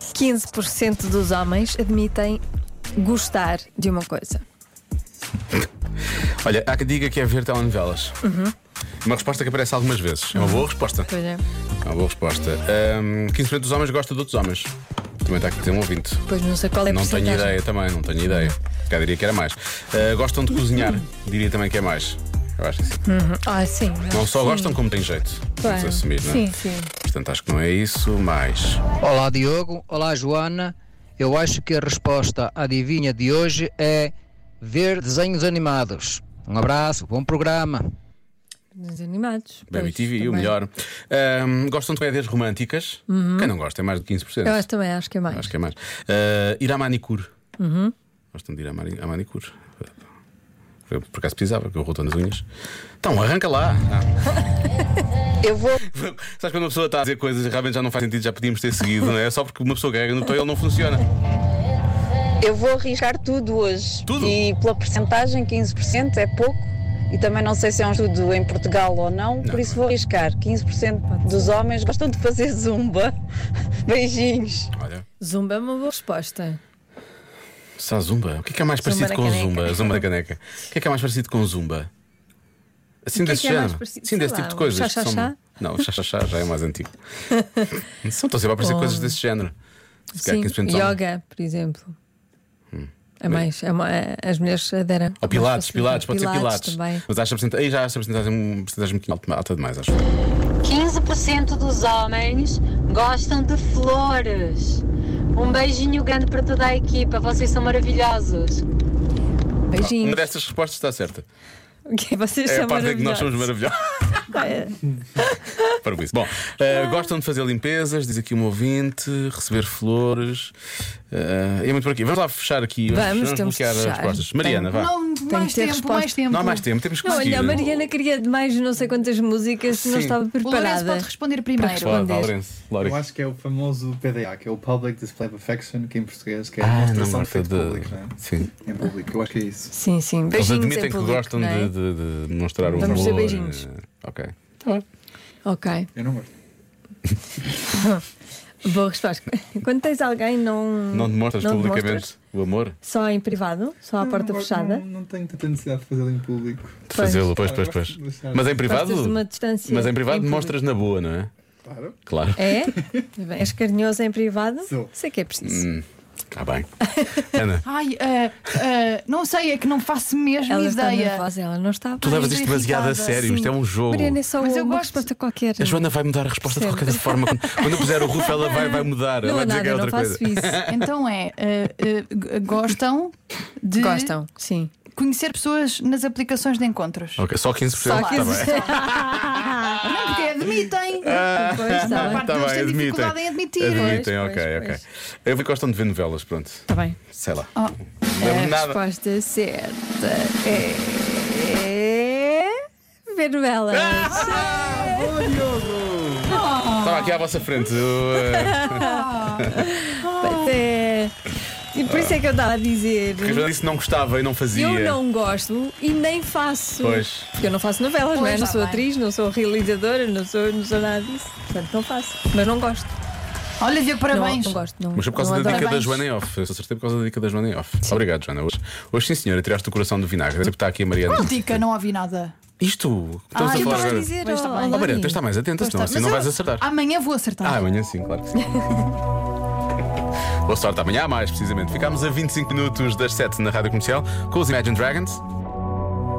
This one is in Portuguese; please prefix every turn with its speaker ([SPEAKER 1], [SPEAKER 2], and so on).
[SPEAKER 1] 15% dos homens admitem gostar de uma coisa.
[SPEAKER 2] Olha, há quem diga que é ver telenovelas. Uma resposta que aparece algumas vezes. É uma boa resposta.
[SPEAKER 1] Uhum. Pois é.
[SPEAKER 2] É uma boa resposta. Ahm, 15% dos homens gosta de outros homens. Também está aqui a ter um ouvinte.
[SPEAKER 1] Pois não sei qual é a
[SPEAKER 2] Não tenho
[SPEAKER 1] porcentagem.
[SPEAKER 2] ideia também, não tenho ideia. Cá diria que era mais. Ah, gostam de cozinhar, diria também que é mais. Eu acho que sim.
[SPEAKER 1] Uhum. Ah, sim.
[SPEAKER 2] Não só gostam, como têm jeito. Vamos
[SPEAKER 1] Claro.
[SPEAKER 2] assumir, não é?
[SPEAKER 1] Sim, sim.
[SPEAKER 2] Portanto, acho que não é isso, mas.
[SPEAKER 3] Olá Diogo, olá Joana. Eu acho que a resposta adivinha de hoje é ver desenhos animados. Um abraço, bom programa.
[SPEAKER 1] Nos animados.
[SPEAKER 2] Baby
[SPEAKER 1] pois,
[SPEAKER 2] TV, o
[SPEAKER 1] também. Uhum.
[SPEAKER 2] melhor. Ahm, gostam de comédias românticas. Quem não gosta? É mais de 15%.
[SPEAKER 1] Eu acho, também acho que é mais.
[SPEAKER 2] Acho que é mais. Ah, ir à manicure. Gostam de ir à, mani- à manicure. Eu, por acaso precisava, porque eu roto nas unhas. Então, arranca lá.
[SPEAKER 4] Eu vou
[SPEAKER 2] Sabes quando uma pessoa está a dizer coisas e realmente já não faz sentido, já podíamos ter seguido, não é? Só porque uma pessoa carrega no botão e ele não funciona.
[SPEAKER 4] Eu vou arriscar tudo hoje.
[SPEAKER 2] Tudo?
[SPEAKER 4] E pela percentagem, 15% é pouco. E também não sei se é um estudo em Portugal ou não, por isso vou arriscar. 15% dos homens gostam de fazer zumba. Beijinhos.
[SPEAKER 2] Olha,
[SPEAKER 1] Zumba é uma boa resposta.
[SPEAKER 2] só zumba. O que é, que é mais
[SPEAKER 1] Zumba
[SPEAKER 2] parecido
[SPEAKER 1] na
[SPEAKER 2] com
[SPEAKER 1] caneca.
[SPEAKER 2] zumba? Zumba da caneca. O que é que é mais parecido com zumba? Assim
[SPEAKER 1] O que é
[SPEAKER 2] desse
[SPEAKER 1] que é mais
[SPEAKER 2] género.
[SPEAKER 1] parecido?
[SPEAKER 2] Sim,
[SPEAKER 1] Sei
[SPEAKER 2] desse
[SPEAKER 1] lá,
[SPEAKER 2] tipo de
[SPEAKER 1] um
[SPEAKER 2] coisas. que
[SPEAKER 1] chá-chá-chá?
[SPEAKER 2] são- Não, o chá-chá-chá já é mais antigo. São estão sempre a aparecer
[SPEAKER 1] Bom.
[SPEAKER 2] coisas desse género. Se calhar
[SPEAKER 1] Sim,
[SPEAKER 2] 15% são-
[SPEAKER 1] yoga, por exemplo. É mais, é uma- é- as mulheres aderem.
[SPEAKER 2] Hum. Ou Pilates,
[SPEAKER 1] Mais
[SPEAKER 2] Pilates, pode ser Pilates.
[SPEAKER 1] Também.
[SPEAKER 2] Mas acho a percentagem, aí já acho a percentagem, um- percentagem um bocadinho alta- alta demais, acho.
[SPEAKER 5] 15% dos homens gostam de flores. Um beijinho grande para toda a equipa, vocês são maravilhosos.
[SPEAKER 1] Beijinhos.
[SPEAKER 2] Uma destas respostas está certa.
[SPEAKER 1] O que é vocês
[SPEAKER 2] É a
[SPEAKER 1] são
[SPEAKER 2] parte em que nós somos
[SPEAKER 1] maravilhosos.
[SPEAKER 2] maravilhosos.
[SPEAKER 1] É.
[SPEAKER 2] Para com isso. Bom, eh,
[SPEAKER 1] Ah.
[SPEAKER 2] gostam de fazer limpezas, diz aqui um ouvinte, receber flores. eh, é muito por aqui. Vamos lá fechar aqui.
[SPEAKER 1] Vamos, temos
[SPEAKER 2] bloquear
[SPEAKER 1] de
[SPEAKER 2] as
[SPEAKER 1] fechar.
[SPEAKER 2] respostas. Mariana, vá. Não,
[SPEAKER 6] Não,
[SPEAKER 1] Tem
[SPEAKER 6] mais
[SPEAKER 1] que ter
[SPEAKER 6] tempo, mais
[SPEAKER 1] resposta.
[SPEAKER 6] tempo.
[SPEAKER 2] há mais tempo, temos que
[SPEAKER 1] Não,
[SPEAKER 2] seguir.
[SPEAKER 1] olha, a Mariana queria de mais não sei quantas músicas, não
[SPEAKER 2] Sim.
[SPEAKER 1] estava
[SPEAKER 6] O Lourenço
[SPEAKER 1] preparada.
[SPEAKER 6] pode responder primeiro.
[SPEAKER 1] Pode.
[SPEAKER 2] Pode, Lourenço. Lourenço.
[SPEAKER 7] Eu acho que é o famoso PDA, que é o Public Display of Affection, que em português que é a
[SPEAKER 2] Ah, não
[SPEAKER 7] demonstração
[SPEAKER 2] gosta
[SPEAKER 7] feita
[SPEAKER 2] de.
[SPEAKER 7] público, não é?
[SPEAKER 2] Sim.
[SPEAKER 7] Em público, eu acho que é isso.
[SPEAKER 1] Sim, sim.
[SPEAKER 2] Eles
[SPEAKER 1] Beijinhos
[SPEAKER 2] admitem
[SPEAKER 1] em
[SPEAKER 2] que
[SPEAKER 1] público,
[SPEAKER 2] gostam
[SPEAKER 1] não é?
[SPEAKER 2] de, de, de mostrar o
[SPEAKER 1] Vamos
[SPEAKER 2] amor.
[SPEAKER 1] dizer beijinhos.
[SPEAKER 2] eh, Ok.
[SPEAKER 1] Ok,
[SPEAKER 7] Eu não gosto.
[SPEAKER 1] boa resposta. Quando tens alguém, não.
[SPEAKER 2] Não demonstras
[SPEAKER 1] Hum. não
[SPEAKER 2] publicamente
[SPEAKER 1] demonstras?
[SPEAKER 2] o amor?
[SPEAKER 1] Só em privado? Só à porta
[SPEAKER 7] Não gosto,
[SPEAKER 1] fechada?
[SPEAKER 7] Não, não tenho tanta necessidade de fazê-lo em público.
[SPEAKER 2] De fazê-lo, pois, pois,
[SPEAKER 7] Claro,
[SPEAKER 2] pois.
[SPEAKER 7] gosto de deixar-
[SPEAKER 2] Mas em privado?
[SPEAKER 1] Gostas de uma distância
[SPEAKER 2] Mas em privado
[SPEAKER 1] em
[SPEAKER 2] demonstras na boa, não é?
[SPEAKER 7] Claro.
[SPEAKER 2] Claro.
[SPEAKER 1] É? Bem, És carinhoso em privado?
[SPEAKER 7] Sou.
[SPEAKER 1] Sei que é
[SPEAKER 2] Hum.
[SPEAKER 1] preciso.
[SPEAKER 2] Está Tá bem. Ana,
[SPEAKER 6] Ai, ah, ah, não sei, é que não faço mesmo
[SPEAKER 1] Ela está
[SPEAKER 6] ideia.
[SPEAKER 1] nervosa, ela não está.
[SPEAKER 2] tu
[SPEAKER 1] bem.
[SPEAKER 2] levas isto demasiado a
[SPEAKER 6] irritada,
[SPEAKER 2] sério, isto é um É jogo.
[SPEAKER 1] Mariana é só
[SPEAKER 6] Mas eu
[SPEAKER 1] uma
[SPEAKER 6] gosto.
[SPEAKER 1] resposta qualquer.
[SPEAKER 2] A Joana vai mudar a resposta de
[SPEAKER 1] Percebe?
[SPEAKER 2] qualquer forma. Quando, quando eu puser o Ruf, ela vai, vai mudar.
[SPEAKER 1] não
[SPEAKER 2] ela vai
[SPEAKER 1] há
[SPEAKER 2] dizer que
[SPEAKER 1] nada,
[SPEAKER 2] é
[SPEAKER 1] não
[SPEAKER 2] outra coisa.
[SPEAKER 1] faço isso.
[SPEAKER 6] Então é, ah, ah, g- gostam de
[SPEAKER 1] Gostam, sim.
[SPEAKER 6] conhecer pessoas nas aplicações de encontros.
[SPEAKER 2] Ok, só 15%.
[SPEAKER 1] Só
[SPEAKER 2] tá
[SPEAKER 1] 15%.
[SPEAKER 2] bem.
[SPEAKER 6] Não, porque é admitem.
[SPEAKER 1] Pois, está
[SPEAKER 6] Uma
[SPEAKER 1] bem.
[SPEAKER 6] parte
[SPEAKER 2] tá
[SPEAKER 6] deles
[SPEAKER 2] bem,
[SPEAKER 6] tem
[SPEAKER 2] admitem.
[SPEAKER 6] dificuldade em admitir.
[SPEAKER 2] Admitem,
[SPEAKER 1] Pois,
[SPEAKER 2] ok,
[SPEAKER 1] pois,
[SPEAKER 2] ok. Eu vi que gostam de ver novelas, pronto.
[SPEAKER 1] Está bem.
[SPEAKER 2] Sei lá.
[SPEAKER 6] Oh.
[SPEAKER 2] Não lembro
[SPEAKER 1] É, A
[SPEAKER 2] de nada.
[SPEAKER 1] resposta certa é. Ver novelas.
[SPEAKER 2] Ah! Estava aqui à vossa frente. eh, Eu,
[SPEAKER 1] Pois é. E por isso é que eu estava a dizer.
[SPEAKER 2] uh, eu disse não gostava e não fazia.
[SPEAKER 1] Eu não gosto e nem faço.
[SPEAKER 2] Pois.
[SPEAKER 1] Porque eu não faço novelas, não é?
[SPEAKER 6] Pois,
[SPEAKER 1] Não
[SPEAKER 6] tá
[SPEAKER 1] sou
[SPEAKER 6] bem.
[SPEAKER 1] atriz, não sou realizadora, não sou, não sou nada disso. Portanto, não faço. Mas não gosto.
[SPEAKER 6] Olha, Diogo,
[SPEAKER 1] Não,
[SPEAKER 6] parabéns.
[SPEAKER 1] não gosto. Não,
[SPEAKER 2] Mas foi por causa
[SPEAKER 1] não
[SPEAKER 2] da
[SPEAKER 1] adoro.
[SPEAKER 2] dica da
[SPEAKER 6] Parabéns.
[SPEAKER 2] Joana em off. Eu acertei é por causa da dica da Joana em off. Obrigado, Joana. Hoje, hoje sim, senhora, tiraste o coração do vinagre. Deve estar aqui a Mariana.
[SPEAKER 6] Qual dica? Não ouvi nada.
[SPEAKER 2] Isto, que estamos
[SPEAKER 6] Ah,
[SPEAKER 2] a
[SPEAKER 6] eu
[SPEAKER 2] falar
[SPEAKER 6] estava a
[SPEAKER 2] agora.
[SPEAKER 1] dizer,
[SPEAKER 6] Pois, tá
[SPEAKER 1] ó,
[SPEAKER 6] bem.
[SPEAKER 1] ó,
[SPEAKER 2] Oh, Mariana,
[SPEAKER 1] Lani.
[SPEAKER 2] tens de estar mais atenta, senão assim
[SPEAKER 6] Mas
[SPEAKER 2] não
[SPEAKER 6] eu-
[SPEAKER 2] vais acertar.
[SPEAKER 6] Amanhã vou acertar.
[SPEAKER 2] Ah, amanhã sim, claro que sim. Boa sorte, amanhã há mais, precisamente. Ficámos a 25 minutos das 7 na rádio comercial com os Imagine Dragons.